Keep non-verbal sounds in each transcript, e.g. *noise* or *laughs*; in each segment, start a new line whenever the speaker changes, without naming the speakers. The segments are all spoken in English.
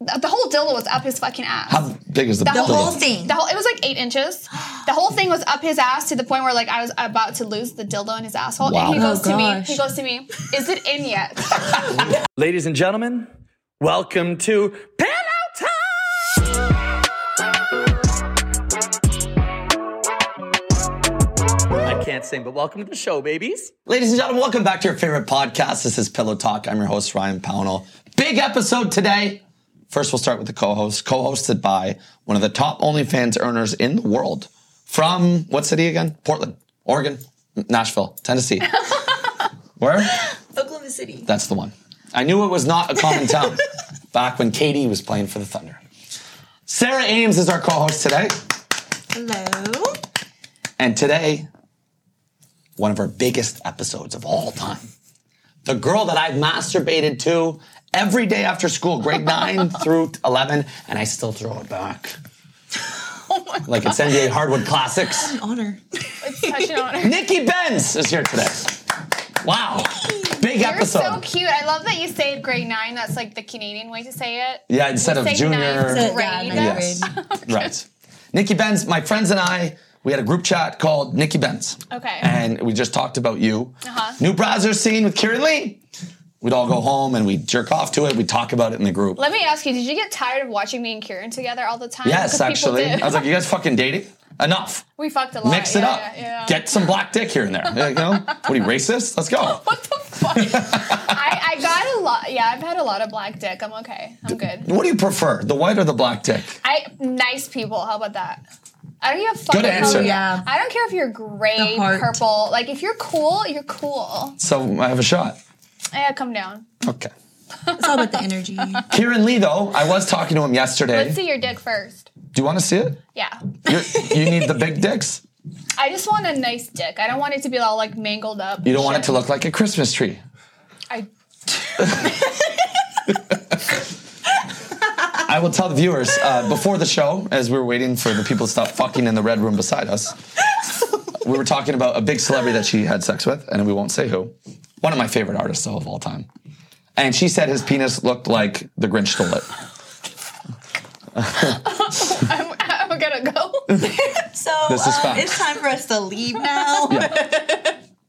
The whole dildo was up his fucking ass.
How big is the,
The
dildo?
whole
thing.
The whole it was like eight inches. The whole thing was up his ass to the point where like I was about to lose the dildo in his asshole.
Wow.
And he
Oh,
goes to me,
gosh.
he goes to me, is it in
*laughs*
yet?
Ladies and gentlemen, welcome to Pillow Time! I can't sing, but welcome to the show, babies.
Ladies and gentlemen, welcome back to your favorite podcast. This is Pillow Talk. I'm your host, Ryan Pownell. Big episode today. First, we'll start with the co host, co hosted by one of the top OnlyFans earners in the world from what city again? Portland, Oregon, Nashville, Tennessee. Where?
Oklahoma City.
That's the one. I knew it was not a common town back when Katie was playing for the Thunder. Sarah Ames is our co host today.
Hello.
And today, one of our biggest episodes of all time. The girl that I've masturbated to every day after
*laughs*
school, grade 9 through 11, and I still throw it back. like it's NBA Hardwood Classics.
Honor.
Touching on her.
Nikki Benz is here today. Wow. Big
You're
episode.
so cute. I love that you say grade nine. That's like the Canadian way to say it.
Yeah, instead of
Say
junior.
ninth
Yeah,
grade.
ninth grade.
Yes. *laughs* right. Nikki Benz, my friends and I, we had a group chat called Nikki Benz.
Okay.
And we just talked about you.
Uh-huh.
New browser scene with Kieran Lee. We'd all go home and we'd jerk off to it. We'd talk about it in the group.
Let me ask you, did you get tired of watching me and Kieran together all the time?
yes,
Because people
actually.
do.
I was like, you guys fucking dating? Enough.
we fucked a lot.
Mix it
Yeah,
up.
yeah, yeah.
Get some black dick here and there. Like, no? what are you, racist? Let's go.
*laughs* what the
*laughs*
fuck? I, I got a lot. Yeah, I've had a lot of black dick. I'm okay. I'm good.
What do you prefer, the white or the black dick?
I nice people. How about that? I don't give a fuck.
Good
about-
answer.
Yeah.
I don't care if you're gray,
The heart.
purple. Like if you're cool, you're cool.
So I have a shot.
Yeah, come down.
Okay.
It's all about the energy.
Kieran Lee, though, I was talking to him yesterday.
Let's see your dick first.
Do you want to see it?
Yeah.
You're, you need the big dicks.
I just want a nice dick. I don't want it to be all like mangled up.
You don't want it to look like a Christmas tree.
I *laughs*
I will tell the viewers uh, before the show, as we were waiting for the people to stop fucking in the red room beside us, we were talking about a big celebrity that she had sex with, and we won't say who. One of my favorite artists though, of all time. And she said his penis looked like the Grinch stole it.
I'm, I'm gonna go.
*laughs*
*laughs*
So
This is
um,
facts.
it's time for us to
*laughs*
leave now.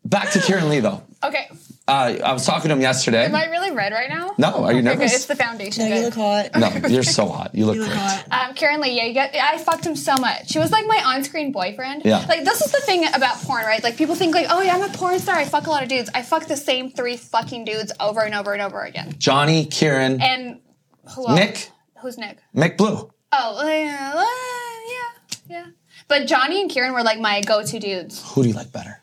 Back to Kieran Lee though.
Okay.
Uh, I was talking to him yesterday.
Am I really red right now?
no, are
Okay,
you
good.
nervous?
It's the foundation.
No, you
good.
look
*laughs*
hot.
no, you're so hot. You look
You look
great.
hot.
Um, Karen Lee, yeah, you get, I fucked him so much. She was like my on-screen boyfriend.
Yeah.
Like this is the thing about porn, right? Like people think like, oh yeah, I'm a porn star. I fuck a lot of dudes. I fuck the same three fucking dudes over and over and over again.
Johnny, Kieran,
And who else?
Nick.
Who's Nick?
Mick Blue.
Oh, yeah, yeah, yeah. But Johnny and Kieran were like my go-to dudes.
Who do you like better?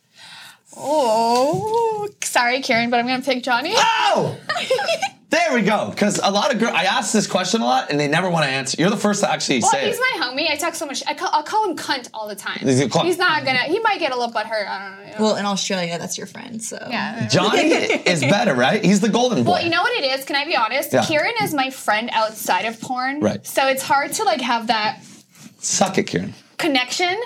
Oh, sorry, Kieran, but I'm gonna pick Johnny.
Oh! There we go. Because a lot of girls, I ask this question a lot, and they never want to answer. You're the first to actually
*laughs* Well,
say
he's
it.
my homie. I talk so much. I call, I'll call him cunt all the time.
He's a cunt.
He's not gonna. He might get a little butthurt. I don't know.
Well, in Australia, that's your friend. So
yeah.
Johnny is better, right? He's the golden boy.
Well, you know what it is? Can I be honest?
Yeah.
Kieran is my friend outside of porn.
Right.
So it's hard to like have that
Suck it, Kieran.
connection.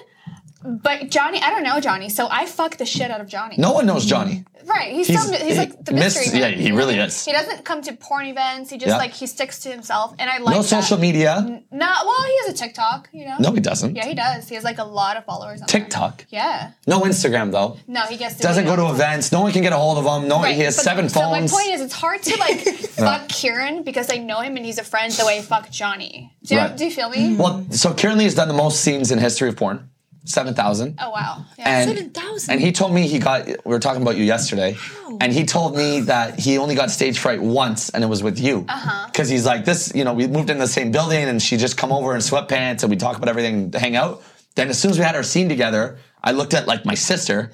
But Johnny, I don't know Johnny, so I fuck the shit out of Johnny.
No one knows Johnny.
Right. He's
He's-
so, he's like the
he missed-
mystery man.
yeah, he really is.
He doesn't come to porn events. He just
Yeah.
like he sticks to himself and I like
No
that.
social media.
No, well, he has a TikTok, you know.
No, he doesn't.
Yeah, he does. He has like a lot of followers on there.
TikTok.
Yeah.
No Instagram though.
No, he gets to
Doesn't
be
go to
on-
events. No one can get a hold of him. No, one
Right,
he has
but-
seven phones.
So my point is, it's hard to
*laughs*
like fuck Kieran because I know him and he's a friend the way I fuck Johnny. Do you,
Right. Mm-hmm.
do you feel me?
well, so Kieran Lee has done the most scenes in history of porn, seven thousand.
oh wow. Yeah.
And,
7,000?
and he told me he got. We were talking about you yesterday, and he told me that he only got stage fright once, and it was with you.
Uh-huh.
Because he's like this, you know, we moved in the same building, and she just come over in sweatpants, and we talk about everything, and hang out. Then as soon as we had our scene together, I looked at like
*laughs*
my sister,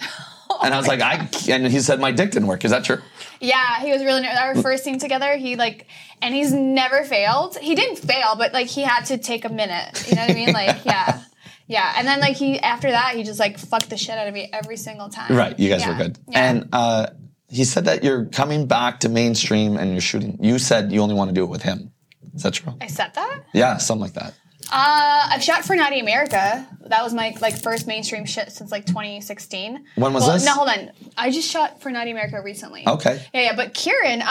Oh
and I was like, I. And he said my dick didn't work. Is that true?
yeah, he was really nervous. Our first scene together, he like, and he's never failed. He didn't fail, but like he had to take a minute. You know what I mean?
*laughs*
Like yeah. Yeah, and then like he after that he just like fucked the shit out of me every single time.
Right. You guys
Yeah.
were good.
Yeah.
And uh, he said that you're coming back to mainstream, and you're shooting. You said you only want to do it with him. Is that true?
I said that.
Yeah, something like that.
Uh, I've shot for Naughty America. That was my like first mainstream shit since like 2016.
When was
well,
this?
No, hold on. I just shot for Naughty America recently.
Okay.
Yeah, yeah. But Kieran, um,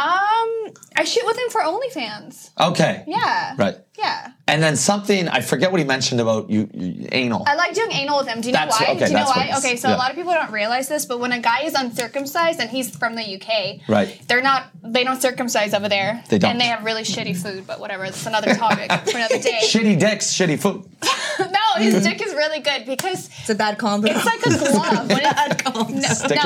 I shoot with him for OnlyFans.
Okay.
Yeah.
Right.
Yeah.
And then something I forget what he mentioned about you, you anal.
I like doing anal with him. Do you
That's-
know why?
okay,
Do you know
that's what
why?
it is.
Okay, so
Yeah.
a lot of people don't realize this, but when a guy is uncircumcised and he's from the UK,
Right.
They're not. They don't circumcise over there.
They don't.
And they have really shitty food, but whatever. It's another topic for
*laughs*
another day.
shitty dicks, shitty food.
*laughs* No, his dick is really good because
It's a bad combo.
it's
*laughs*
like a glove. When
*laughs*
it- no,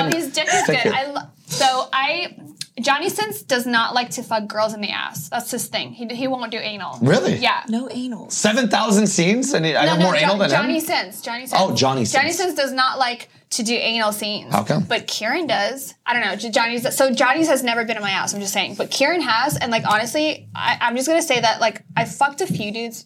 no,
it-
his dick is
stick
good.
it.
I lo- so I Johnny Sins does not like to fuck girls in the ass. That's his thing. He he won't do anal.
Really?
Yeah.
no anal.
Seven thousand scenes, and I have more
Jo-
anal than
Johnny
him.
Sins. Johnny Sins.
Oh, Johnny Sins.
Johnny Sins does not like to do anal scenes.
How come?
But Kieran does. I don't know. J- Johnny's so Johnny's has never been in my ass. I'm just saying, but Kieran has, and like honestly, I, I'm just gonna say that like I fucked a few dudes.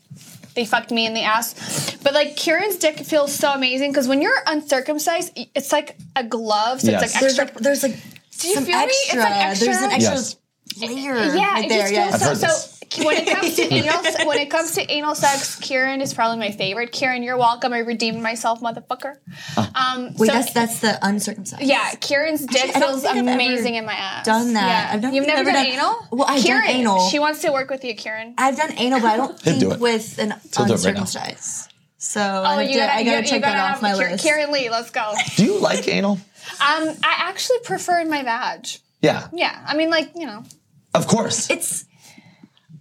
They fucked me in the ass, but like Kieran's dick feels so amazing because when you're uncircumcised, y- it's like a glove. So
Yes.
it's like
There's
extra.
like there's like
Do you
some
feel me? It's
extra.
like extra-
There's an extra
Yes.
layer
yeah,
right
it
there.
just
yes.
feels
I've
so.
heard
So when it comes to anal, when it comes to anal sex, Kieran is probably my favorite. Kieran, you're welcome. I redeemed myself, motherfucker. Um,
Wait,
so-
that's that's the uncircumcised.
Yeah, Kieran's dick
I don't
feels
think I've ever
amazing in my ass.
done that.
Yeah.
I've never-
You've never,
never
done,
done-
anal?
Well, I've done
Kieran,
anal.
She wants to work with you, Kieran.
I've done anal, but I don't
*laughs* He'll
think
do it.
with an
He'll do it right now.
uncircumcised. so
Oh,
I, have to- I gotta check that off my
Kier-
list.
Kieran Lee, let's go. um,
Do you like anal?
I actually prefer my vag.
Yeah.
Yeah, I mean, like you know,
Of course.
it's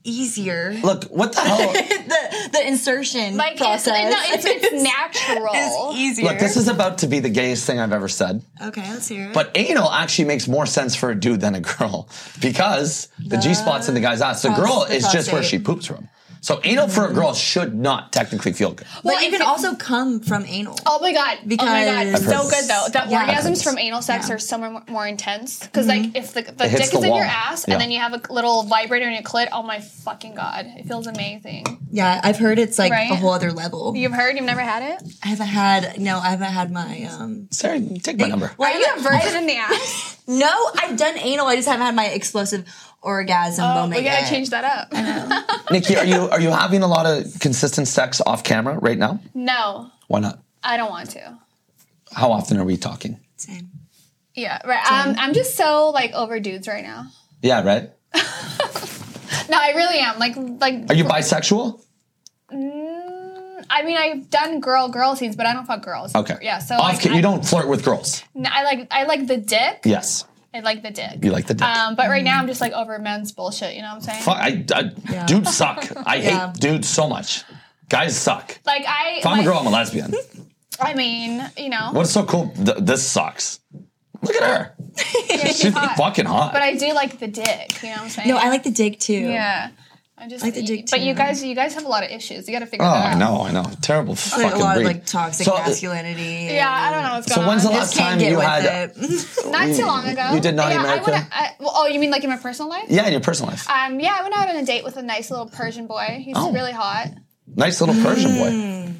easier.
Look, what
*laughs*
the hell?
the the insertion
like it's,
process.
no, it's,
*laughs*
it's natural.
is easier.
Look, this is about to be the gayest thing I've ever said.
okay. Let's hear it.
But anal actually makes more sense for a dude than a girl because the, G spot's in the guy's ass. The
Prost-
girl
the
is just where
prostate.
she poops from. So anal for a girl should not technically feel good.
Well,
but you
if
can
it-
also come from anal.
Oh my god! oh my god!
Because-
It's so good though. The
Yeah.
orgasms from anal sex
Yeah. Mm-hmm.
are somewhat more, more intense because like if the, the
It
dick
hits
is
the
in
wall.
your ass
Yeah.
and then you have a little vibrator in your clit, oh my fucking god! It feels amazing.
Yeah, I've heard it's like
Right?
a whole other level.
You've heard? You've never had it?
I haven't had no, I haven't had my um.
Sarah, take
*laughs*
my number.
Well,
Are you a
I haven't-
virgin in the ass?
No, I've done anal. I just haven't had my explosive orgasm
*laughs* Oh,
moment.
we gotta
yet.
change that up.
Nikki, are you are you having a lot of consistent sex off camera right now?
*laughs* No,
Why not?
I don't want to.
How often are we talking?
Same.
Yeah, right. Um, I'm just so like over dudes right now.
Yeah, right?
No, I really am. Like, like
Are you bisexual?
I mean, I've done girl girl scenes, but I don't fuck girls.
Okay.
Yeah. So
off
like,
ca-
I-
you don't flirt with girls.
No, I like I like the dick.
Yes.
I like the dick.
You like the dick.
Um, but right now I'm just like over men's bullshit. You know what I'm saying?
Mm. Fuck, I, I
Yeah.
dudes
*laughs*
suck. I
Yeah.
hate dudes so much. Guys suck.
Like I,
If I'm a
like-
girl, I'm a lesbian.
I mean, you know,
What's so cool? Th- this sucks. Look at her.
yeah, she's
She's
hot.
fucking hot.
But I do like the dick. You know what I'm saying?
No, I like the dig too.
Yeah. I just
like the dick
But
too.
you guys, you guys have a lot of issues. You got to figure
oh,
that out.
I know, I know. Terrible
Like
fucking
a lot
breed.
of like toxic
So, uh,
masculinity.
Yeah, I don't know what's
So
going on.
when's the
Just
last
Can't
time
get
you
with
had?
it. *laughs*
Not too long ago.
you did Naughty
yeah, I
America?
went, I, well, oh, you mean like in my personal life?
Yeah, in your personal life.
Um, yeah, I went out on a date with a nice little Persian boy. He's
Oh.
really hot.
Nice little Persian
Hmm.
boy.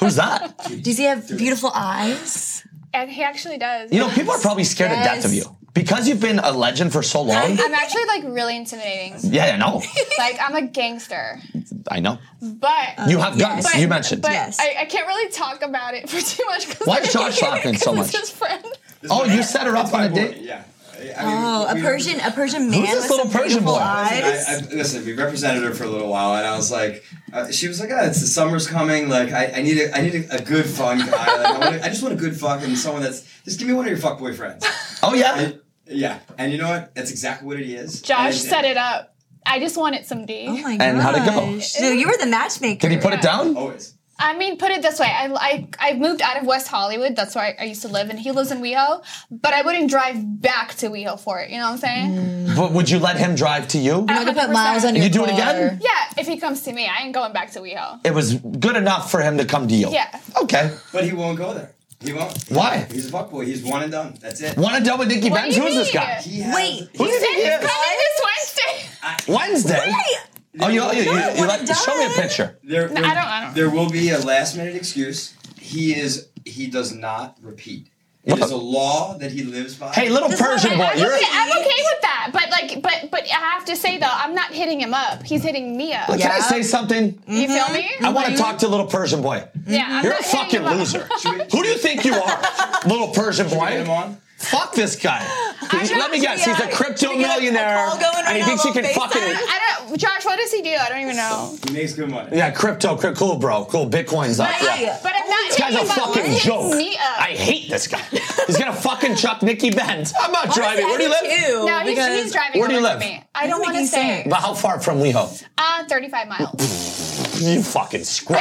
Who's that?
Does he have beautiful eyes?
And he actually does.
You know, people are probably scared to death of
Yes.
you because you've been a legend for so long.
I'm actually like really intimidating.
Yeah,
*laughs*
I know.
like I'm a gangster.
I know.
But
You have
yes.
guns. you mentioned.
But
Yes.
I, I can't really talk about it for too much. Cause
Why
I-
is Josh laughing
*laughs*
so
'cause
much?
It's his friend.
oh, you set her up
It's my
on a
boy,
date.
Yeah.
Oh, a Persian, a Persian man.
this
with
little
some
Persian
beautiful
boy?
I,
Eyes.
I, listen, we represented her for a little while, and I was like, uh, she was like, "Ah, it's the summer's coming. Like, I, I need a, I need a, a good fun guy. Like, I, want a, I just want a good fucking someone that's just give me one of your fuck boyfriends."
Oh yeah.
And- yeah, and you know what? That's exactly what it is.
Josh
And-
set it up. I just wanted some D. I
oh my god.
And how'd it go?
Dude, you were the matchmaker.
Did he put it down?
Always.
mean, put it this way. I, I, I moved out of West Hollywood. That's where I, I used to live. And he lives in WeHo. But I wouldn't drive back to WeHo for it. You know what I'm saying?
Mm.
But would you let him drive to you?
I'm not gonna put miles on
And
your
you do it
car.
again?
Yeah, if he comes to me, I ain't going back to WeHo.
It was good enough for him to come to you.
Yeah.
Okay.
But he won't go there. He won't.
Why?
He's a fuckboy. He's one and done. That's it.
Want to double Nikki
What
Benz?
do you
Who's this
mean?
guy?
He has,
Wait.
Who do you think he
He's
is?
coming this Wednesday.
Wednesday. Oh, you, you, you,
Yeah,
you
when
let-
it
show me a
died.
picture.
There, there,
I don't- I don't-
there will be a last minute excuse. He is. He does not repeat. It is a law that he lives by.
Hey, little Persian boy,
I'm
you're
okay, I'm okay with that, but like, but but I have to say though, I'm not hitting him up. He's hitting me up.
Can I
Yeah.
say something?
You feel
Mm-hmm.
me?
I want to talk to little Persian boy.
Mm-hmm. Yeah, I'm
You're
not
a
hitting
fucking
him up.
loser.
Should we-
Who do you think you are, little Persian
Get him
boy?
on.
Fuck this guy. He's-
not
let me guess, he's
gonna be
a
on-
crypto
we got a- a
millionaire,
call going
and
right
he
now
thinks he
on
can fucking.
FaceTime.
I don't, Josh, what does he do? I don't even know.
He makes good money.
Yeah, crypto, crypto, cool, bro, cool. Bitcoin's up.
Right.
Yeah.
But I'm not
This guy's
hitting
a
him up. He
fucking
hits
joke.
Me up.
I hate this guy. He's gonna fucking chuck Nikki Benz. I'm not driving. Where do you live?
Too,
no, he's,
because-
he's driving
Where do you
over
live?
to me. I don't want
Doesn't
to
make any
say.
But how far from WeHo?
Uh, 35 miles.
You fucking
*laughs*
scrub.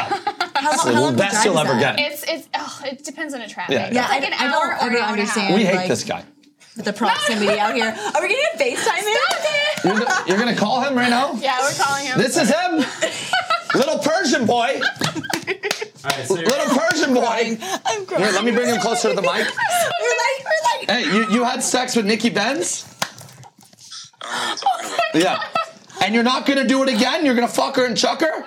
How,
It's
long- how long
the
do
best you'll
drives
ever
that?
get.
it's it's. Oh, it depends on the traffic.
Yeah,
Yeah,
yeah.
It's like
Yeah,
an
I- I don't
hour or an
ever
hour and a half.
understand.
We hate
like-
this guy.
With the proximity out *laughs* here. Are we gonna FaceTime him?
You're gonna, you're gonna call him right now?
Yeah, we're calling him.
This is him. Little Persian boy.
All right, so you're-
Little Persian boy.
*laughs* I'm crying.
Here, let me bring him closer to the mic.
*laughs* We're like, we're like,
Hey, you, you had sex with Nikki Benz? Yeah. And you're not gonna do it again? You're gonna fuck her and chuck her?
I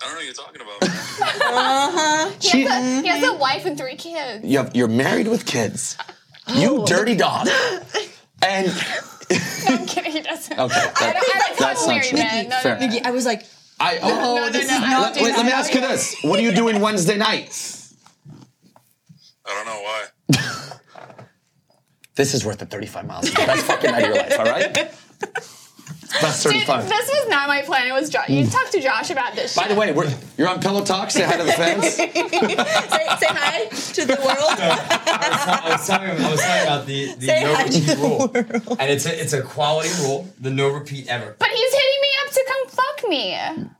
don't know what you're talking about. man.
he,
She,
has a, he has a wife and three kids.
you have, you're married with kids. You
Oh.
dirty dog. And
I'm kidding. He doesn't.
okay,
I
that,
don't, I don't
that's
call him
not
weird,
true.
man. No, no,
Fair.
no.
I was like,
I oh
no, no,
this
no,
is
I don't
let,
do
wait, let me
that.
ask you this: What are you doing Wednesday night?
I don't know why.
This is worth the 35 miles.
*laughs*
Best fucking night of your life. All right. Best
Dude,
35.
this was not my plan. It was Josh. You talked to Josh about this.
Mm. By
shit.
the way, we're, you're on Pillow Talk. Say hi to the
*laughs*
fans.
say, say hi to
*laughs*
the world.
I was telling him, I was telling about the, the
Say
no
hi to
repeat
the
rule, and it's a it's a quality rule. The no repeat ever.
but he's hitting me up to come fuck me.
Mm.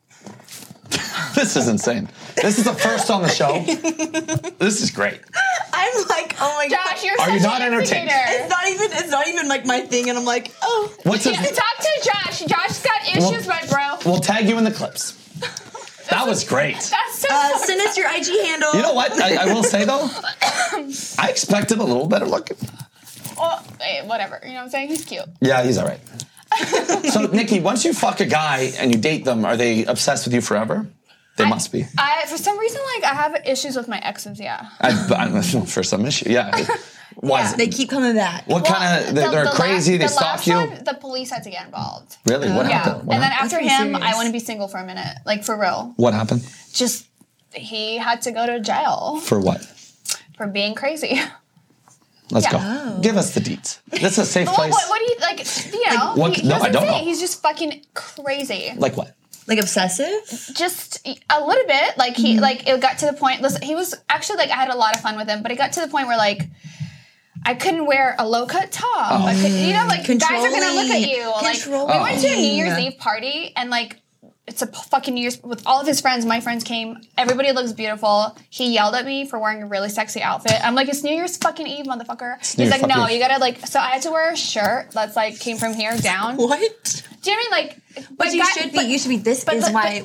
This is insane. This is the first on
*laughs*
the show. This is great.
I'm like, oh my
Josh,
god.
you're
Are
such
you not
an
entertained?
instigator.
It's not even. It's not even like my thing, and I'm like, oh.
What's his?
Yeah, talk to Josh. Josh's got issues, my bro.
We'll tag you in the clips. That was great.
That's so.
Uh, send us your IG handle.
You know what? I, I will say though, I expected a little better looking.
well, eh, whatever. You know what I'm saying? He's cute.
Yeah, he's all right. so, Nikki, once you fuck a guy and you date them, are they obsessed with you forever? They must be.
I for some reason like I have issues with my exes. Yeah.
I, I, for some
*laughs*
issue, yeah. Why? is it-
They keep coming back.
what kind of? They're,
The-
they're
the
crazy.
last-
they
the
stalk
last
you.
Time, the police had to get involved.
really? What
Yeah,
happened?
and
What,
then
happened?
after
pretty
him, I
serious.
want to be single for a minute, like for real.
what happened?
Just he had to go to jail
For what?
for being crazy. *laughs*
Let's
Yeah.
go. Give us the deets. This is a safe
Well,
place.
what, what do you like? You know,
what-
he, he
no, I
doesn't
don't
say.
know.
He's just fucking crazy.
Like what?
Like obsessive.
just a little bit like
Mm-hmm.
he like it got to the point listen he was actually like i had a lot of fun with him but it got to the point where like i couldn't wear a low-cut top I could, you know like guys are gonna look at you like we went to a new year's
Controlling.
eve party and like it's a p- fucking new year's with all of his friends my friends came everybody looks beautiful he yelled at me for wearing a really sexy outfit i'm like it's new year's fucking eve motherfucker
New
he's
Year's
like no
fucking
you
Eve."
gotta like so i had to wear a shirt that's like came from here
*laughs*
down do
What?
you know what i mean like
But you
guy-
should be.
but-
you should be. This
but
is
the-
my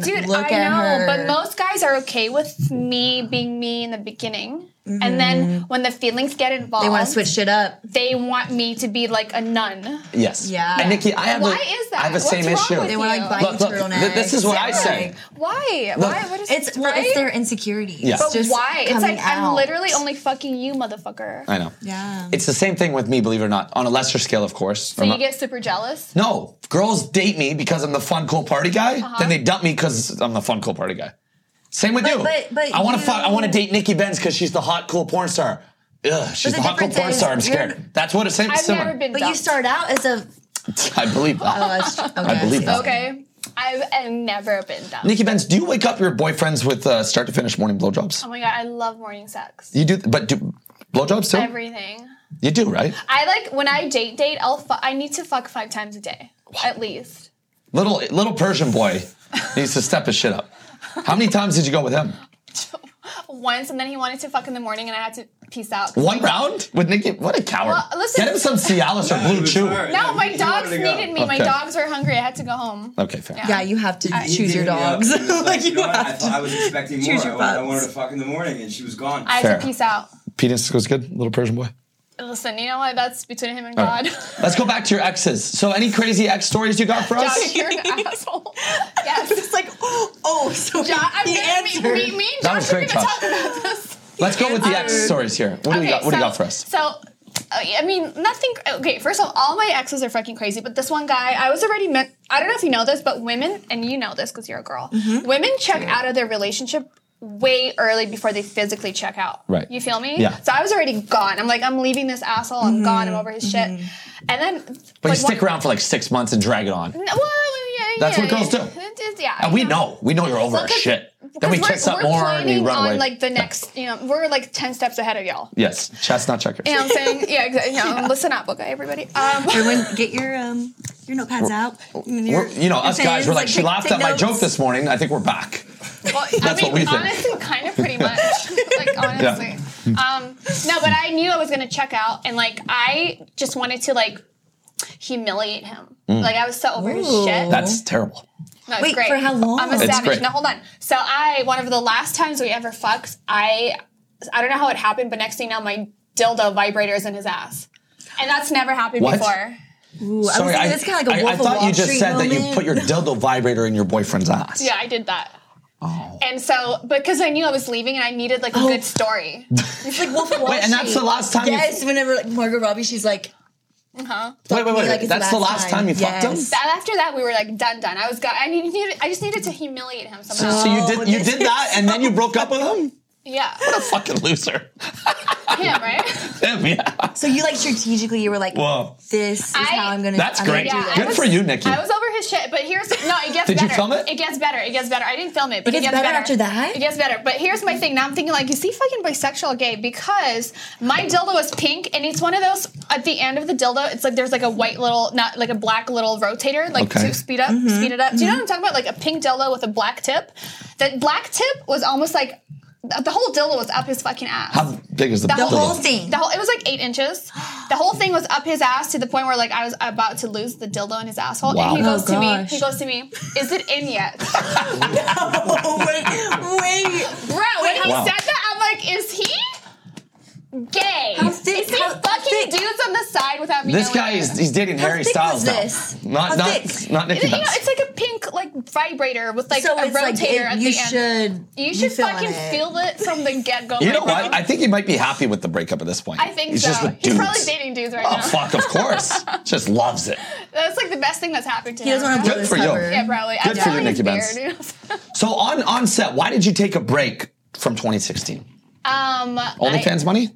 *laughs* Dude,
Look
I
at
know,
her.
but most guys are okay with me being me in the beginning. And then when the feelings get involved,
Mm-hmm. they want to switch shit up.
They want me to be like a nun.
Yes.
Yeah.
And Nikki, I have.
Why
the,
is that?
I have the
What's
same
wrong
issue.
with
They want to like buy
Look,
you
look,
turtlenecks.
th- this is what I say.
Why? why? What is
It's well,
right?
it's their insecurities.
Yeah.
But
It's just
why? It's
coming
like I'm
out.
literally only fucking you, motherfucker.
I know.
Yeah.
It's the same thing with me, believe it or not, on a lesser scale, of course.
So you get super jealous.
no, girls date me because I'm the fun, cool party guy.
Uh-huh.
Then they dump me because I'm the fun, cool party guy. Same with
But-
you.
but- but
I want to
you-
fuck. I want to date Nikki Benz because she's the hot, cool porn star. Ugh, she's
the
the, hot, cool
difference
porn
is
star. I'm
you're-
scared. That's what it's same.
I've
similar.
never been.
But you
dumped.
start out as a.
*laughs* I believe that.
Oh, that's, okay,
I believe
see.
that.
Okay, I've uh, never been dumped.
Nikki Benz, do you wake up your boyfriends with uh, start to finish morning blowjobs?
oh my god, I love morning sex.
You do, but do blowjobs too?
Everything.
you do, right?
I like when I date date. I'll fu- I need to fuck five times a day at least.
Little little Persian boy needs to step his shit up. How many times did you go with him?
once, and then he wanted to fuck in the morning, and I had to peace out.
One round with Nikki? What a coward!
Well, listen-
Get him some Cialis or Blue Chew.
No, my dogs needed me. My
Okay.
dogs were hungry. I had to go home.
Okay, fair.
Yeah, you have to choose your dogs. *laughs*
like
like
you know what? I
have *laughs*
thought I was expecting more.
Choose
I
your
wanted, I
pups.
wanted to fuck in the morning, and she was gone.
I had
Fair.
to peace out.
Penis goes good, little Persian boy.
Listen, you know what? That's between him and
All
God.
*laughs* right. Let's go back to your exes. So, any crazy ex stories you got for us?
Josh, you're an
*laughs*
asshole. Yes.
It's like, oh, *laughs* so
Josh, I'm
the
gonna, me,
answer.
me, me and
That was
Josh are
great,
gonna
Josh.
talk about this.
Let's go with the ex
Um,
stories here. What do we got?
so,
What do you got for us?
So, uh, I I mean, nothing. Okay, first of all, all my exes are fucking crazy, but this one guy, I was already meant. I don't know if you know this, but women, and you know this because you're a girl,
Mm-hmm.
women check out of their relationship way early before they physically check out.
Right.
You feel me?
Yeah. Mm-hmm.
So I was already gone. I'm like, I'm leaving this asshole. I'm gone. I'm over his shit. And then.
But
like,
you stick
one-
around for like six months and drag it on.
Well, yeah,
That's
yeah,
what girls do.
yeah. It is- yeah.
And we know. We know you're over
Well,
our
'cause-
shit. Then we
because
kiss
we're,
up
we're
more and we
planning
run
on
away.
like the next, you know, we're like 10 steps ahead of y'all.
Yes, chestnut checkers.
You know what I'm saying? Yeah, exactly. You know, Listen up, okay, everybody. Um,
Everyone, get your um your notepads out. and your-
We're- you know,
your
us guys
pens,
were like, she
take-
laughed
take
at my
notes."
joke this morning. I think we're back.
well, I
That's
mean,
what we think.
honestly, kind of pretty much. like, honestly. Um, no, but I knew I was going to check out, and like, I just wanted to like humiliate him. Like, I was so over his
Ooh.
shit.
That's terrible.
No, it's
Wait,
great.
for how long?
I'm a
It's
savage.
great.
Now hold on. So I, one of the last times we ever fucked, I, I don't know how it happened, but next thing you know, my dildo vibrator's in his ass, and that's never happened
What?
before.
Ooh, I was
I,
thinking it's kind of like a
I-
Wolf
I
of
thought
Wall
you just
Street
said that you
moment.
put your dildo vibrator in your boyfriend's ass.
Yeah, I did that.
Oh.
And so, because I knew I was leaving, and I needed like a good story.
It's like Wolf of
*laughs*
Wall
Wait, and that's
Street.
the last time you-
Yes, whenever like Margot Robbie, she's like,
Wait, wait,
me
wait.
like it's
that's the last time, you fucked him.
Yes.
That after that, we were like done, done. I was got. I needed. needed- I just needed to humiliate him somehow.
So you
Oh,
did you did
this
that,
is
and then you broke up with
*laughs*
him.
yeah,
Fucking loser.
him right.
Him, yeah.
So you like strategically, you were like,
Whoa.
this is
I-
how I'm gonna.
That's
I'm gonna
great.
do
Yeah,
this.
I
Good
was-
for you, Nikki.
I was over his shit, but here's no. It gets
Did you
better.
film it?
It gets better. It gets better. I didn't film it, but
It
it,
gets better after that?
It gets better. But here's my thing. Now I'm thinking like, is he fucking bisexual, or gay? Because my dildo is pink, and it's one of those at the end of the dildo. It's like there's like a white little, not like a black little rotator, like
Okay. Mm-hmm.
to speed up, speed it up. Do you know what I'm talking about? Like a pink dildo with a black tip. That black tip was almost like the whole dildo was up his fucking ass.
How big is the,
The
dildo?
whole thing.
The whole it was like eight inches. The whole thing was up his ass to the point where like I was about to lose the dildo in his asshole.
Wow.
And he
Oh,
goes to me,
gosh.
he goes to me, is it in yet? *laughs*
*laughs* Oh, wait, wait.
Bro, when he
Wow.
said that, I'm like, is he gay?
How thick-
is he
how
fucking
thick?
dudes on the side without me?
This
knowing
guy
it?
is he's dating
How
Harry
thick
Styles
was
now.
this?
Not
How
not
thick?
not Nikki
You know,
Betts.
it's like a pink like vibrator with like
So
a
it's like it-
rotator at
you
the end.
should-
you
you
should
feel
fucking
on it.
feel it from the get go.
you know what? I think he might be happy with the breakup at this point.
I think
he's
so.
just with
He's
dudes.
probably dating dudes right
Oh
now.
fuck! Of
*laughs*
course, just loves it.
That's like the best thing that's happened to
He
him.
doesn't want to
Good
blow this
for you.
cover.
Yeah, probably.
Good
I'm
for you,
probably
Nikki
scared,
Benz.
you know? *laughs*
So on on set, why did you take a break from 2016?
Um,
OnlyFans money?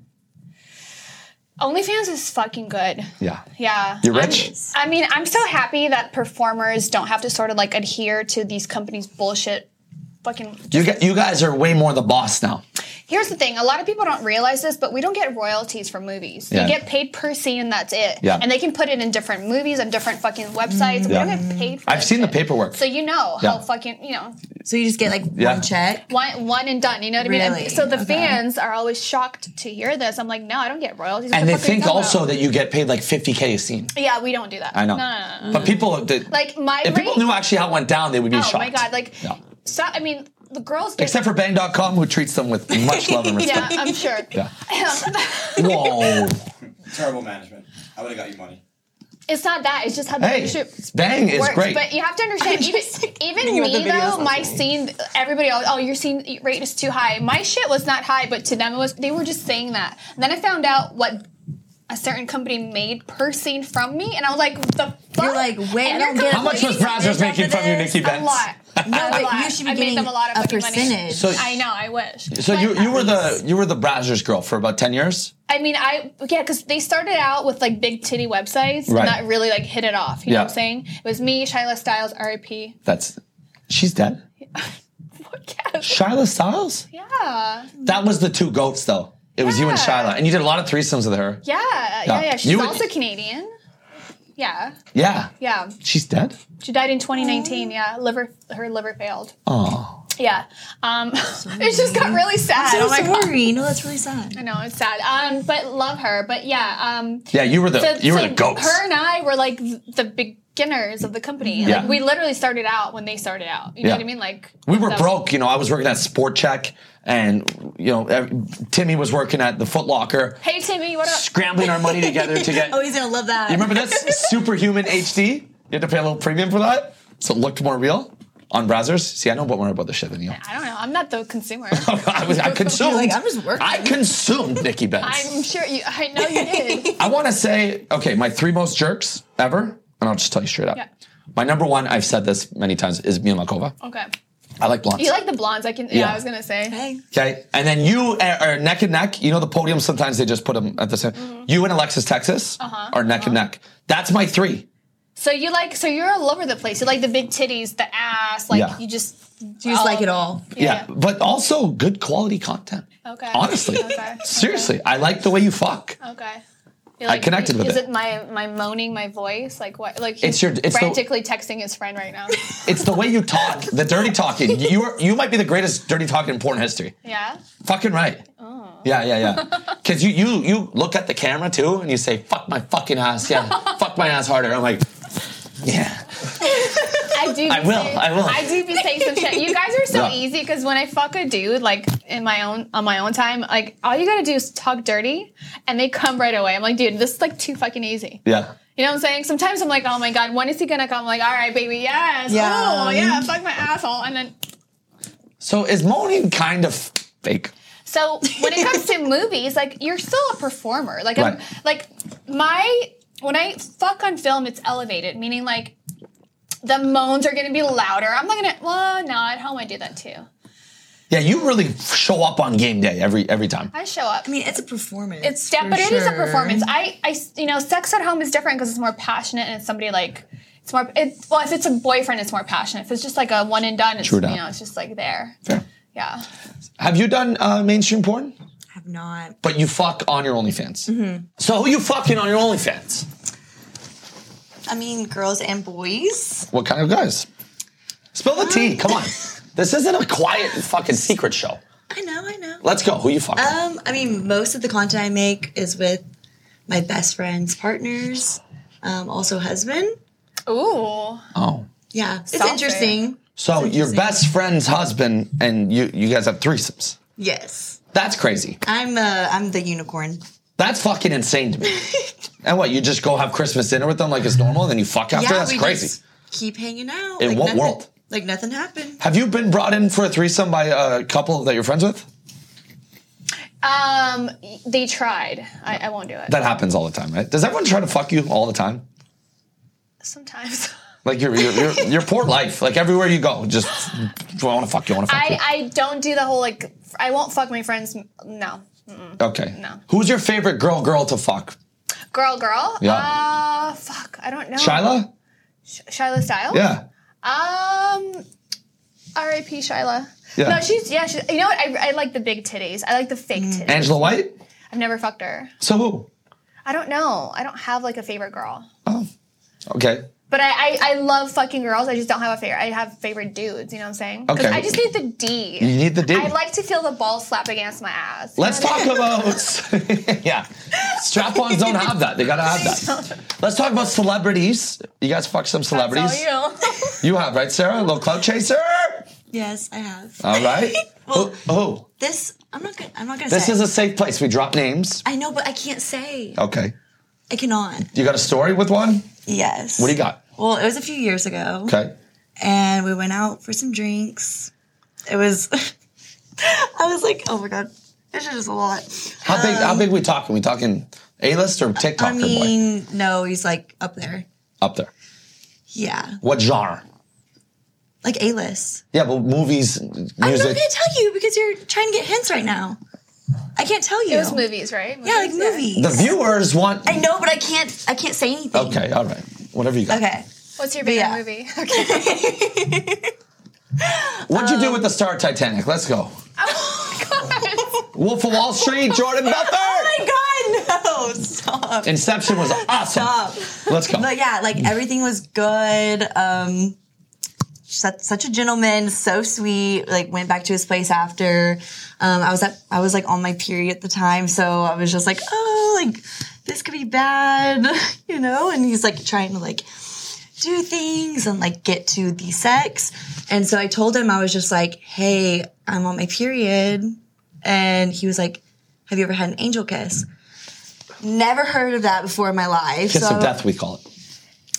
I, OnlyFans is fucking good.
Yeah.
Yeah.
You're rich?
I'm- i mean, I'm so happy that performers don't have to sort of like adhere to these companies' bullshit. Fucking.
You gu- you guys are way more the boss now.
Here's the thing: a lot of people don't realize this, but we don't get royalties from movies.
Yeah.
You get paid per scene, and that's it.
Yeah.
And they can put it in different movies and different fucking websites. We don't
Yeah.
get paid. for
I've
that
seen the
shit.
paperwork.
So you know
Yeah.
how fucking you know
So you just get like
Yeah.
one check.
one, one and done. You know what I mean? And
Really?
so the
Okay.
fans are always shocked to hear this. I'm like, no, I don't get royalties. What
and
the
they
fuck are you
think
talking
also
about?
that you get paid like 50k a scene.
Yeah, we don't do that.
I know.
No, no, no. no.
But people, that
Like my
if people
rate-
knew actually how it went down, they would be
oh
shocked.
my god! Like,
Yeah.
so I mean, the girls. Get,
Except for Bang.com, who treats them with much love
*laughs*
and
yeah,
*laughs* respect.
I'm sure.
Whoa.
Terrible management. I would have got you money.
*laughs* it's not that. It's just how the
Hey,
leadership
Bang is
works.
great.
But you have to understand, even even
about the
me
videos last
though, my
night.
scene, everybody, always, oh, your scene rate is too high. My shit was not high, but to them it was. They were just saying that. And then I found out what. A certain company made per scene from me, and I was like, "The fuck?"
You're like, wait,
And
I
they're
don't get
how much was
complaining.
Brazzers making from you, Nikki
A
Benz?
lot.
No,
A
but
lot.
you should be
I
getting
made them a lot of
a
fucking Money.
percentage.
So-
I know. I wish.
So
But
you, you were the
at least-
you were the Brazzers girl for about 10 years.
I mean, I yeah, because they started out with like big titty websites,
Right.
and that really like hit it off. You
Yeah.
know what I'm saying? It was me, Shyla Styles, R.I.P.
That's she's dead.
Podcast.
Shyla Styles.
Yeah.
That was the two goats though. It was you and
Yeah.
Shyla, and you did a lot of threesomes with her.
Yeah, yeah, yeah. She's
You would-
also Canadian. Yeah,
Yeah.
yeah.
She's dead.
She died in
Oh.
2019. Yeah, liver, her liver failed.
Oh.
Yeah, um, *laughs* it just got really sad.
So
oh my *laughs* god,
sorry. No, that's really sad.
I know it's sad. Um, but love her. But yeah, um,
Yeah, you were the
so,
you were
so
the goats.
Her and I were like th- the beginners of the company.
Yeah.
Like we literally started out when they started out. You know
Yeah.
what I mean? Like
we were
that-
broke, you know. I was working at Sport Check, and you know, ev- Timmy was working at the Foot Locker,
Hey Timmy, what up?
scrambling our money together
*laughs*
to get.
Oh, he's gonna love that.
You remember this superhuman HD? You had to pay a little premium for that, so it looked more real on browsers. See, I know more about this shit than you. *laughs*
I don't know. I'm I'm not the consumer.
I
*laughs*
was I consumed.
You're like, I'm just working.
I consumed Nikki Benz.
I'm sure you. I know you
*laughs*
did.
I want to say, okay, my three most jerks ever, and I'll just tell you straight up.
Yeah.
My number one, I've said this many times, is Mia Malkova.
Okay.
I like blondes.
Oh. You like the blondes? I can. Yeah,
Yeah.
I was gonna say.
Hey,
okay, and then you are, are neck and neck. You know the podium. Sometimes they just put them at the same.
Mm-hmm.
You and Alexis Texas
Uh-huh.
are neck and neck. That's my three.
So you like. So you're all over the place. You like the big titties, the ass. Like
Yeah.
you just.
you just like it all.
Yeah.
Yeah.
but also good quality content.
Okay.
Honestly,
Okay.
seriously, I like the way you fuck.
Okay. You're like,
connected with
is
it.
Is it my my moaning, my voice? Like what? Like he's
It's your- it's the-
frantically texting his friend right
*laughs*
now.
It's the way you talk, the dirty talking. You are, you might be the greatest dirty talking in porn history.
yeah.
Fucking right. Yeah, yeah, yeah. Because you you you look at the camera too, and you say, "Fuck my fucking ass." Yeah, fuck my ass harder. I'm like, yeah.
I do.
I
be
will,
saying-
I will.
I do be saying some shit. You guys are so
Yeah.
easy because when I fuck a dude, like in my own on my own time, like all you gotta do is talk dirty, and they come right away. I'm like, dude, this is like too fucking easy.
Yeah.
You know what I'm saying? Sometimes I'm like, oh my god, when is he gonna come? I'm like, all right, baby, yes,
Yeah.
oh yeah, fuck my asshole, and then.
So is moaning kind of fake?
So when it comes to *laughs* movies, like you're still a performer. Like I'm,
Right.
like my when I fuck on film, it's elevated, meaning like the moans are gonna be louder. I'm not gonna well, no, at home I do that too.
Yeah, you really show up on game day every every time.
I show up.
I mean, it's a performance.
It's step,
for
but it is a
sure.
performance. I, I, you know, sex at home is different because it's more passionate and it's somebody like, it's more. It, well, if it's a boyfriend, it's more passionate. If it's just like a one and done, it's
True
you
that.
know, it's just like there.
Fair.
Yeah.
Have you done uh, mainstream porn?
I have not.
But you fuck on your OnlyFans. So who you fucking on your OnlyFans?
I mean, girls and boys.
What kind of guys? Spill the tea. Come on. This isn't a quiet fucking secret show.
I know, I know.
Let's go. Who you fucking?
Um, I mean, most of the content I make is with my best friend's partners, um, also husband.
Ooh.
oh.
Yeah, it's
Saucy.
interesting.
So your best friend's husband and you you guys have threesomes.
Yes,
That's crazy.
I'm uh, I'm the unicorn.
That's fucking insane to me. and what, you just go have Christmas dinner with them like it's normal and then you fuck after? That's
we
crazy.
just keep hanging out.
In what
nothing,
world?
Like nothing happened.
Have you been brought in for a threesome by a couple that you're friends with?
Um, they tried. I, I won't do it.
That happens all the time, right? Does everyone try to fuck you all the time?
*laughs*
Sometimes.
Like your your your, your poor life. Like everywhere you go, just I want to fuck you. I want to fuck
I, I don't do the whole like. I won't fuck my friends. No.
you. Okay.
no.
Who's your favorite girl girl to fuck?
Girl, girl.
Yeah.
Uh, fuck. I don't know.
Shyla?
Shyla Styles.
Yeah.
Um, R.I.P. Shyla.
Yeah.
No, she's yeah. She's, you know what? I, I like the big titties. I like the fake
Mm.
titties.
Angela White.
I've never fucked her.
So who?
I don't know. I don't have like a favorite girl.
Oh. Okay.
But I, I, I love fucking girls. I just don't have a favorite. I have favorite dudes. You know what I'm saying? 'Cause
Okay.
I just need the D.
You need the D.
I like to feel the ball slap against my ass.
Let's talk about *laughs* yeah. Strap-ons don't have that. They gotta have that. Let's talk about celebrities. You guys fuck some celebrities.
That's all
*laughs*
you.
you. have right, Sarah. A little clout chaser.
Yes, I have.
All right.
*laughs* Well-
who, who?
this I'm not gonna. I'm not gonna.
This
say.
is a safe place. We drop names.
I know, but I can't say.
Okay.
I cannot.
You got a story with one?
Yes.
What do you got?
Well, it was a few years ago.
Okay.
and we went out for some drinks. It was, *laughs* I was like, oh my god, this is just a lot.
How big? How big we talking? We talking A list or TikTok
I
boy?
mean, no, he's like up there.
Up there.
Yeah,
What genre?
like A list.
Yeah, but movies,
I'm not
music.
gonna tell you because you're trying to get hints right now. I can't tell you.
It was movies, right?
Yeah, like
Movies,
movies.
The viewers want.
I know, but I can't. I can't say anything.
Okay. All right. Whatever you got.
Okay.
What's your favorite
Yeah.
movie? *laughs* Okay.
What'd you do
Um,
with the star Titanic? Let's go. Wolf of Wall Street.
*laughs*
Jordan Belfort.
Oh my god, no! Stop.
Inception was awesome.
Stop.
Let's go.
But yeah, like everything was good. Um, such, such a gentleman, so sweet. Like went back to his place after. Um, I was at, I was like on my period at the time, so I was just like, oh, like this could be bad, *laughs* you know. And he's like trying to like do things and like get to the sex. And so I told him I was just like, hey, I'm on my period, and he was like, have you ever had an angel kiss? Never heard of that before in my life.
Kiss
so
of death, we call it.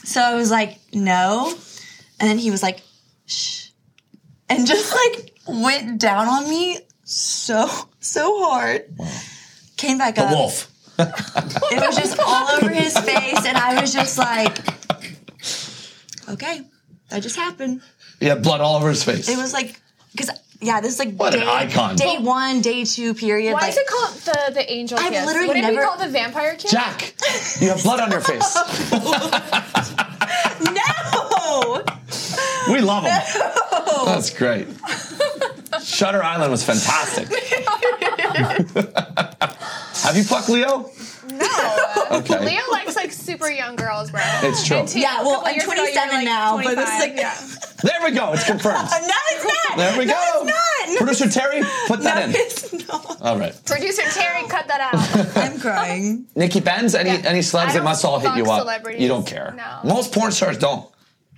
so I was like, no. And then he was like, shh, and just like went down on me so so hard. Came back up.
Wolf.
It was just all over his face, and I was just like, okay, that just happened.
He had blood all over his face.
It was like because yeah, this is like
What an
day,
icon.
day one, day two period.
Why
*laughs* like,
is it called the the angel
I've
kiss?
literally
what did we
never-
call the vampire kiss? *laughs*
*laughs*
Jack, you have blood on your face.
no?
We love him. That's great. Shutter Island was
*laughs*
fantastic. have you fucked Leo?
No.
Okay.
Leo likes like super young girls, bro.
*laughs*
It's true.
And Tia, *laughs*
Yeah,
a
well,
couple
I'm
years ago, you were,
27 now, but it's
25.
like- uh,
yeah.
There we go. It's
*laughs*
confirmed.
No, it's not.
There we
no,
go.
It's not.
Producer Terry, put
no,
that in.
it's not.
All right.
Producer Terry, cut that
*laughs*
out.
I'm *laughs* crying.
Nikki Benz, any
Yeah.
any
I
celebs that
don't
must all hit you
fuck
up.
celebrities.
You don't care.
No.
Most porn stars don't.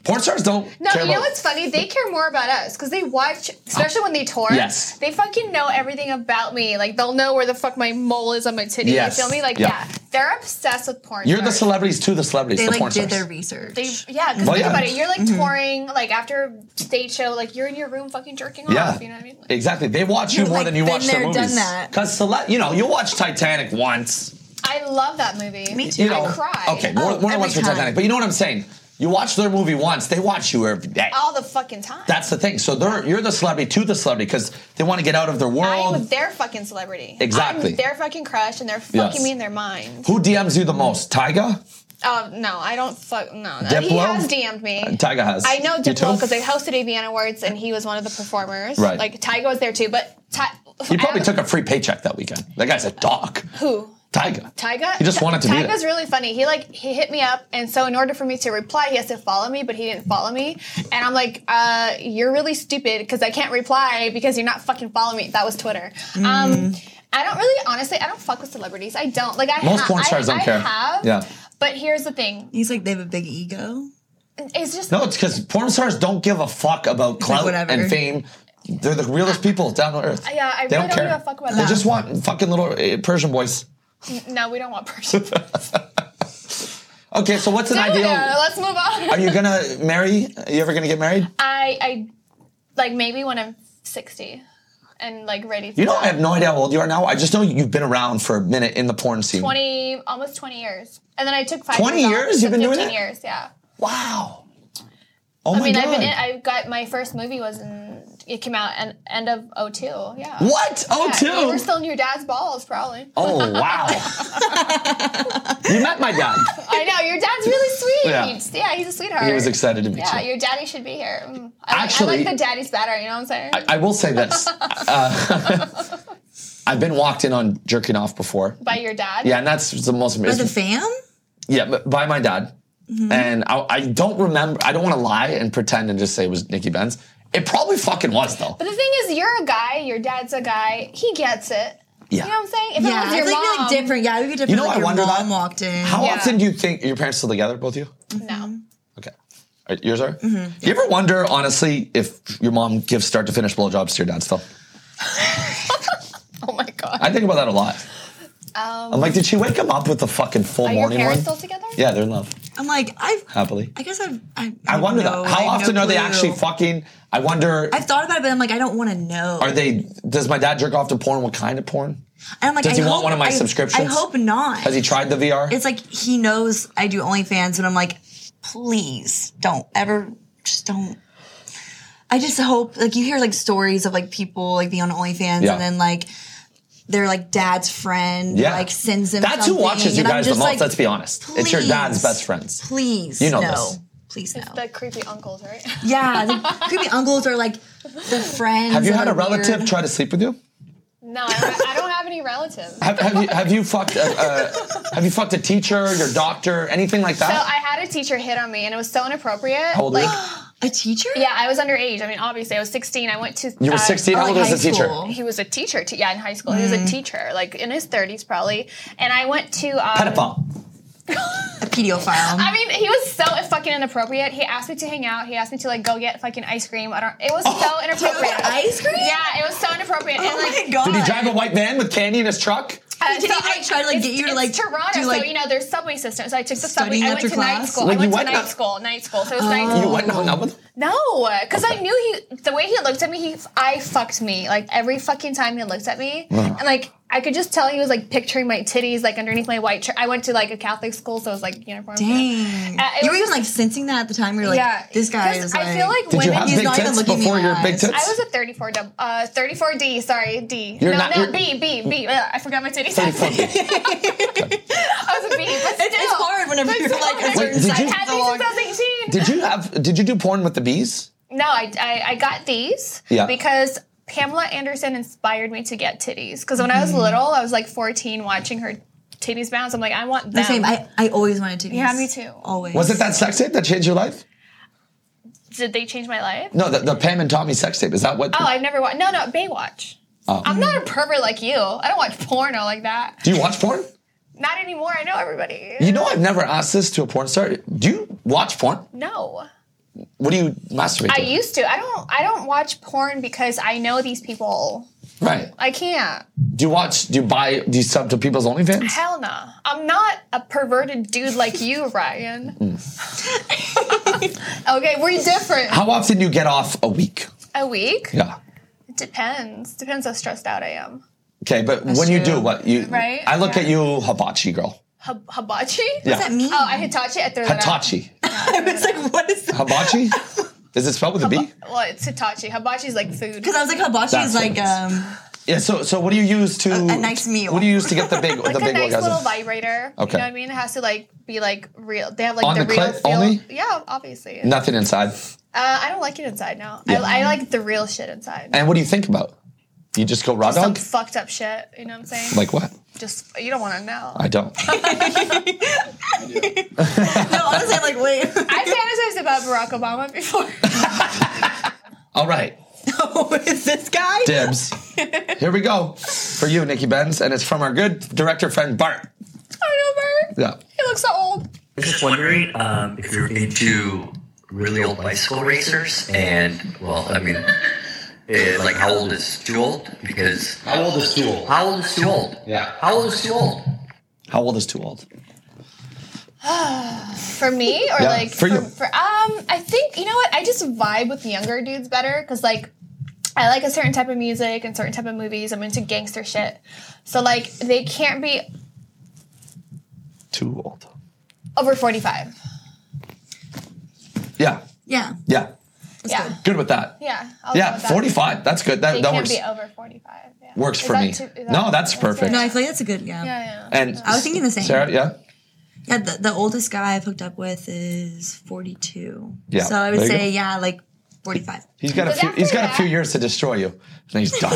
Porn stars don't.
No,
care
you know
about-
what's funny? They care more about us because they watch, especially when they tour.
Yes.
They fucking know everything about me. Like they'll know where the fuck my mole is on my titty.
Yes.
You feel me? Like
Yeah.
yeah, they're obsessed with porn.
You're the
stars.
celebrities to the celebrities.
They
the porn
like
stars.
did their research.
They, yeah, because
Well,
think
yeah. Mm-hmm.
about it. You're like touring, like after stage show, like you're in your room fucking jerking
yeah,
off. You know what I mean? Like,
exactly. They watch you
You've,
more
like,
than you
been
watch their
there, done
movies.
that.
Because cele- you know, you watch Titanic once.
I love that movie.
Me too.
You know,
I cry.
okay, more,
Oh,
more than
every
once for
time.
Titanic. But you know what I'm saying? You watch their movie once, they watch you every day.
all the fucking time.
That's the thing. So they're you're the celebrity to the celebrity because they want to get out of their
I'm
world.
their fucking celebrity.
Exactly.
I'm their fucking crush, and they're fucking
Yes.
me in their mind.
Who DMs you the most? Tyga?
Um, no, I don't fuck. No, no. he
Diplo? Uh,
has DM'd me.
Tyga has.
I know
You
Diplo
too?
because I hosted AVN Awards, and he was one of the performers.
Right.
Like Tyga was there too, but Ty-
He probably
I-
took a free paycheck that weekend. That guy's a dog.
who.
Tyga.
Tyga?
He just wanted to be
Tyga's
there.
really funny. He like he hit me up, and so in order for me to reply, he has to follow me, but he didn't follow me, and I'm like, uh, "You're really stupid because I can't reply because you're not fucking following me." That was Twitter.
Hmm.
Um, I don't really, honestly, I don't fuck with celebrities. I don't like. I
Most
ha-
porn stars
I,
don't
I
care.
Have,
Yeah.
But here's the thing:
He's like they have a big ego.
it's just
No, it's because porn stars don't give a fuck about clout
whatever.
and fame. They're the realest people down on earth.
Yeah, I
they
really don't
don't care.
give a fuck about
They
that.
just want fucking little uh, Persian boys.
no. We don't want
*laughs*
person. Dude,
Okay, so what's
*laughs*
an
uh,
ideal?
let's move on.
Are you gonna marry? Are you ever gonna get married?
I, I, like maybe when I'm sixty, and like ready. To
You know, I have no idea how old you are now. I just know you've been around for a minute in the porn scene.
20 almost 20 years and then i took five
20
years,
years?
off, so
You've been doing
15
that?
years yeah
Wow. Oh
i
my
mean
god.
i've been in, i got my first movie was in it came out en- end of 02 yeah
what? Oh,
yeah,
two.
you were still in your dad's balls probably *laughs*
oh wow. you met my dad.
i know your dad's really sweet
*laughs* Yeah.
yeah, he's a sweetheart
He was excited to meet
yeah
you.
your daddy should be here Mm. I, like-
Actually-
I like the daddy's better you know what i'm saying
I will
*laughs*
say this. Uh, *laughs* I've been walked in on jerking off before.
by your dad
Yeah, and that's the most
Or the
amazing.
fam?
yeah, but by my dad.
Mm-hmm.
And I, I don't remember. I don't want to lie and pretend and just say it was Nikki Benz. It probably fucking was though.
but the thing is you're a guy your dad's a guy he gets it
Yeah.
you know what i'm saying if
Yeah,
it
it's
was your
like,
mom
like different. Yeah, it would be different.
You know,
like
I
your
wonder
mom
that.
walked in.
How
Yeah.
often do you think are your parents still together, both of you?
no
Okay. All right, Yours are.
Mm-hmm.
Do you ever wonder, honestly, if your mom gives start to finish blowjobs to your dad still?
oh my god
I think about that a lot. I'm like, did she wake him up with the fucking full
Um, are your
morning
parents
one?
still together
yeah, they're in love
I'm like, I've.
happily.
I guess I've. I,
I wonder
know,
that. How
I have no
often are they
clue.
actually fucking? I wonder.
I've thought about it, but I'm like, I don't want to know.
are they? Does my dad jerk off to porn? What kind of porn?
And I'm like,
Does he
I
want
hope-
one of my
I-
subscriptions?
I hope not.
Has he tried the VR?
it's like he knows I do OnlyFans, and I'm like, please don't ever, just don't. I just hope, like, you hear like stories of like people like being on OnlyFans,
Yeah.
and then like their like dad's friend
Yeah.
like sends them.
That's who
something,
watches you
and I'm
guys the
just
most.
like,
let's be honest. It's your dad's
please,
best friends.
Please,
You know
no.
this.
Please no.
the creepy uncles right *laughs*
Yeah, the creepy uncles are like the friends.
Have you
that
had
are
a relative
weird.
try to sleep with you?
No, I don't, I don't have any relatives. So
Have, have you have you fucked a, uh, have you fucked a teacher, your doctor, anything like that?
I had a teacher hit on me, and it was so inappropriate.
How old were
like,
you?
a teacher?
yeah, I was underage. I mean, obviously, I was 16. I went to. uh,
You were 16.
Oh,
How
like
old was
high
the teacher?
school.
He was a teacher. T- yeah, in high school, he was a
Mm.
teacher, like in his 30s probably. And I went to. Um,
Pedophile.
A pedophile.
*laughs* I mean, he was so fucking inappropriate. He asked me to hang out. He asked me to like go get fucking ice cream. I don't. It
*laughs*
was so inappropriate.
get ice cream?
Yeah, it was so inappropriate.
oh
and, like,
my god.
Did he drive a white van with candy in his truck?
Uh,
Did he, like, try to, like,
it's-
get you to,
it's
like,
Toronto,
do, like,
so you know there's subway systems. So I took the subway.
studying
I
after
went to night
class?
school.
Like,
I went
you
to
went
night
up-
Oh.
school. Night school. So it was night school.
You went and hung out with him?
No, because I knew he. The way he looked at me, he I fucked me like every fucking time he looked at me, and like I could just tell he was like picturing my titties like underneath my white shirt. I went to like a Catholic school, so it was like uniform.
Dang.
Uh, it
you were
was
even
just-
like sensing that at the time. You're like,
yeah,
this guy
'cause
is.
I feel like
Did you
women.
have
he's
big
not even
tits
looking me in
before
the
your big
eyes.
tits?
I was a 34 dou- uh 34D, sorry, D.
You're
no,
not-
no,
you're-
B, B, B. Ugh, I forgot my titties.
34
*laughs* I was a B, but still.
It's- it's hard
*laughs*
whenever
But
you're,
still,
like, a
I've
certain Wait, did size. you-
had
so long.
these since I was 18.
Did you have? Did you do porn with the bees?
No, I, I, I got these
Yeah.
because Pamela Anderson inspired me to get titties. Because when I was
Mm-hmm.
little, I was like 14 watching her titties bounce. I'm like, I want
the
them.
same. I, I always wanted to.
Yeah, me too.
Always.
Was it that sex tape that changed your life?
Did they change my life?
No, the, the Pam and Tommy sex tape. Is that what?
Oh, I've never watched. No, no, Baywatch.
Oh.
I'm not a pervert like you. I don't watch porno like that.
do you watch porn?
Not anymore. I know everybody.
You know, I've never asked this to a porn star. Do you watch porn?
No.
What do you masturbate
I
to?
used to. I don't I don't watch porn because I know these people.
right.
I can't.
Do you watch? Do you buy? Do you sub to people's OnlyFans?
Hell no. I'm not a perverted dude like
*laughs*
you, Ryan. *laughs* okay, we're different.
Mm. How often do you get off a week?
A week?
Yeah.
It Depends. Depends how stressed out I am.
Okay, but when you
true.
do what you,
Right?
I look
Yeah.
at you, hibachi girl,
Hib- hibachi?
Yeah.
What does that mean?
Oh, I Hitachi. I throw that out. *laughs*
hitachi.
*laughs* I was like, what is
*laughs*
that?
Hibachi? Is it spelled with a B?
Well, it's Hitachi. Hibachi's like food.
Because I was like, hibachi
That's
is
what
like
it is.
um,
Yeah. So, so what do you use to
A- a nice meal.
What do you use to get the big,
*laughs*
the
like a
big
nice
orgasm?
little vibrator.
Okay.
You know what I mean? It has to like be like real. They have like
On
the,
the
real
clit
feel.
only?
Yeah, obviously.
Nothing inside.
Uh, I don't like it inside now.
Yeah.
I, I like the real shit inside.
And what do you think about? You just go raw
Some
dog?
fucked up shit. You know what I'm saying?
Like what?
just you don't want to know.
I don't.
no, honestly, I'm like, wait. *laughs*
I fantasized about Barack Obama *laughs* before.
All right.
Oh, is this guy?
Dibs. Here we go. For you, Nikki Benz, and it's from our good director friend Bart.
I don't know, Bert.
Yeah.
He looks so old.
I was just wondering um, if you're into really old bicycle racers, and well, I mean, eh, like how old is too old? Because how old is too old? How old is too old?
Yeah.
How old is too old?
How old is too old?
For me, or
Yeah,
like
for you.
for um, I think you know what? I just vibe with younger dudes better because like. I like a certain type of music and certain type of movies. I'm into gangster shit. So like they can't be
Too old.
over 45.
Yeah.
Yeah.
Yeah.
yeah.
Good with that.
Yeah. I'll go
Yeah,
with that.
45. That's good. That,
They
that
can't
works.
be over 45. Yeah.
Works
Is
for
that
me.
too- is
No,
that-
that's perfect.
No, I feel like that's a good. Yeah.
Yeah, yeah.
And
I was thinking the same.
Sarah, yeah?
Yeah, the, the oldest guy I've hooked up with is 42.
Yeah,
So I would
there you
say,
go.
yeah, like 45.
He's got a
But
few,
after
he's got a
that-
few years to destroy you. And then
*laughs*
he's done.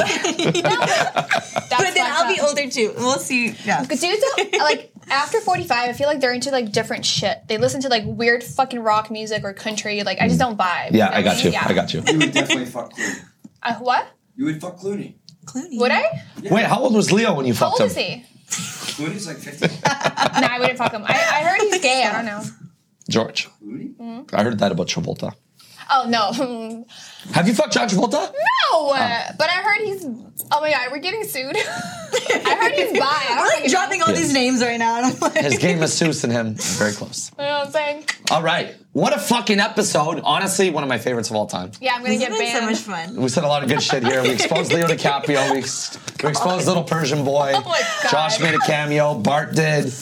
That's
But then
fucked
I'll be
up.
older too. We'll see. Yeah.
But dudes, don't- like after forty five, I feel like they're into like different shit. They listen to like weird fucking rock music or country. Like I just don't vibe.
yeah,
know
I
what
got
mean?
you.
Yeah.
I got you.
You would definitely fuck Clooney.
Uh, what?
You would fuck Clooney.
Clooney.
Would I?
Wait, how old was Leo when you
How
fucked
old is
him?
he?
Clooney's
*laughs*
like 50.
nah, I wouldn't fuck him. I, I heard he's gay. I don't know.
George.
Clooney?
I heard that about Travolta.
Oh no, *laughs*
Have you fucked John Travolta?
no. uh, But I heard he's. Oh my god, we're getting sued. *laughs* I heard he's bi. I
We're
don't
like
fucking
dropping all
Yeah.
these names right now. *laughs* And I'm like,
His gay masseuse and him are very close.
know. You know what I'm saying?
All right. What a fucking episode. Honestly, one of my favorites of all time.
Yeah, I'm gonna
it's
get
been
banned.
so much fun.
We said a lot of good shit here. We exposed Leo DiCaprio. We, ex- we exposed Little Persian Boy.
Oh my God.
Josh made a cameo. Bart did.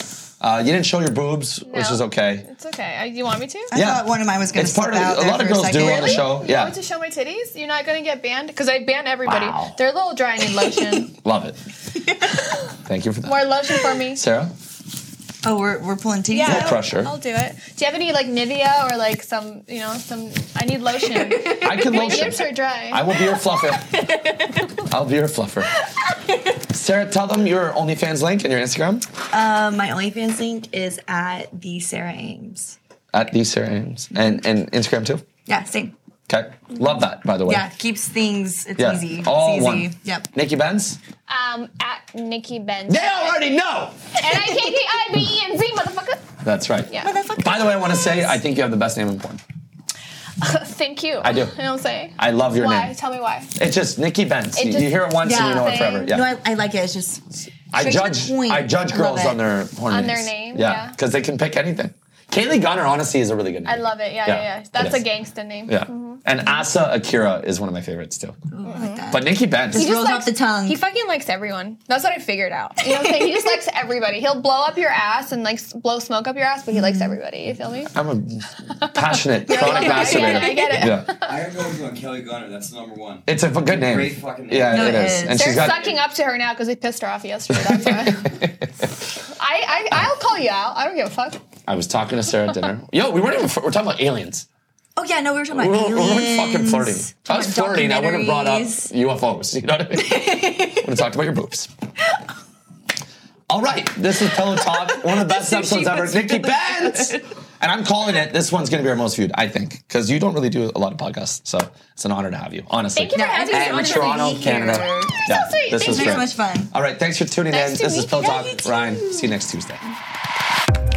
Uh, you didn't show your boobs, which
No.
is okay.
It's okay. Uh, You want me to?
I
Yeah.
thought one of mine was going to
It's part
slip
of
out
a
there
lot of
for a
girls do
second.
on the show.
You want
Yeah,
me to show my titties? You're not gonna get banned because I ban everybody.
Wow.
They're a little dry. I need lotion.
love it. Thank you for that,
More lotion for me.
Sarah.
Oh, we're, we're pulling teeth.
Yeah,
No pressure.
I'll do it. Do you have any like Nivea or like some, you know, some? I need
*laughs*
lotion. My
I can
lips are
lotion.
dry.
I will be your fluffer. I'll be your fluffer. Sarah, tell them your OnlyFans link and your Instagram
Um, my OnlyFans link is at the Sarah Ames.
at the Sarah Ames and and Instagram too.
Yeah, same.
Okay, love that by the way.
Yeah, keeps things. It's
Yeah,
easy.
all
it's easy.
one.
Yep.
Nikki Benz.
um, at Nikki Ben.
They already know.
N i k k i b e n z motherfucker.
That's right.
Yeah.
By the way, I want to say I think you have the best name in porn.
Thank you.
I do.
You know what I'm saying?
I love your
why?
name.
Tell me why.
It's just Nikki Benz.
It
you,
just-
you hear it once and you
Yeah.
know it forever. Yeah.
No, I, I like it. It's just
I
straight to the
judge
point.
I judge
I love
girls
it.
on their porn
On
names.
their name, yeah.
because they can pick anything. Kaylee Gunner, honestly, is a really good name.
I love Mm-hmm. it. Yeah,
Yeah,
yeah,
it
yeah. That's a
is.
gangsta name.
Yeah. And Asa Akira is one of my favorites too. But Nikki Benz.
He just
Rolls off the tongue.
He fucking likes everyone. That's what I figured out. You know what I'm saying? He just likes everybody. He'll blow up your ass and like s- blow smoke up your ass, but he
Mm-hmm.
likes everybody. You feel me?
I'm a passionate
*laughs*
chronic
Yeah, I get it,
masturbator.
I get it.
Yeah.
I gotta go with you on Kelly Gunner. That's the number one.
It's a f- good name.
Great fucking name.
Yeah,
No,
it
it
is.
is.
And
They're
she's
They're
got
sucking up to her now because we pissed her off yesterday. That's why.
*laughs*
I, I I'll call you out. I don't give a fuck.
I was talking to Sarah at dinner. Yo, we weren't even f- we're talking about aliens.
Oh yeah, no, we were talking
We
about
were, we
aliens.
were fucking flirting. If I
talking
was
about
flirting, I would have brought up
documentaries.
UFOs. You know what I mean?
*laughs*
would have talked about your boobs. All right, this is Pillow Talk, one of the best episodes ever.
was
Nikki
really
Benz! And I'm calling it, this one's gonna be our most viewed, I think, because you don't really do a lot of podcasts, so it's an honor to have you, honestly.
Thank you for
Yeah,
having
it's
me.
And
Honor to
Toronto,
be here.
Canada.
You're
so sweet.
this
Thank
was
you.
It was
great.
so much fun.
All right, thanks for tuning
Nice
in.
to
This is
meet
Pillow
you.
Talk.
Yeah, you too.
Ryan, see you next Tuesday.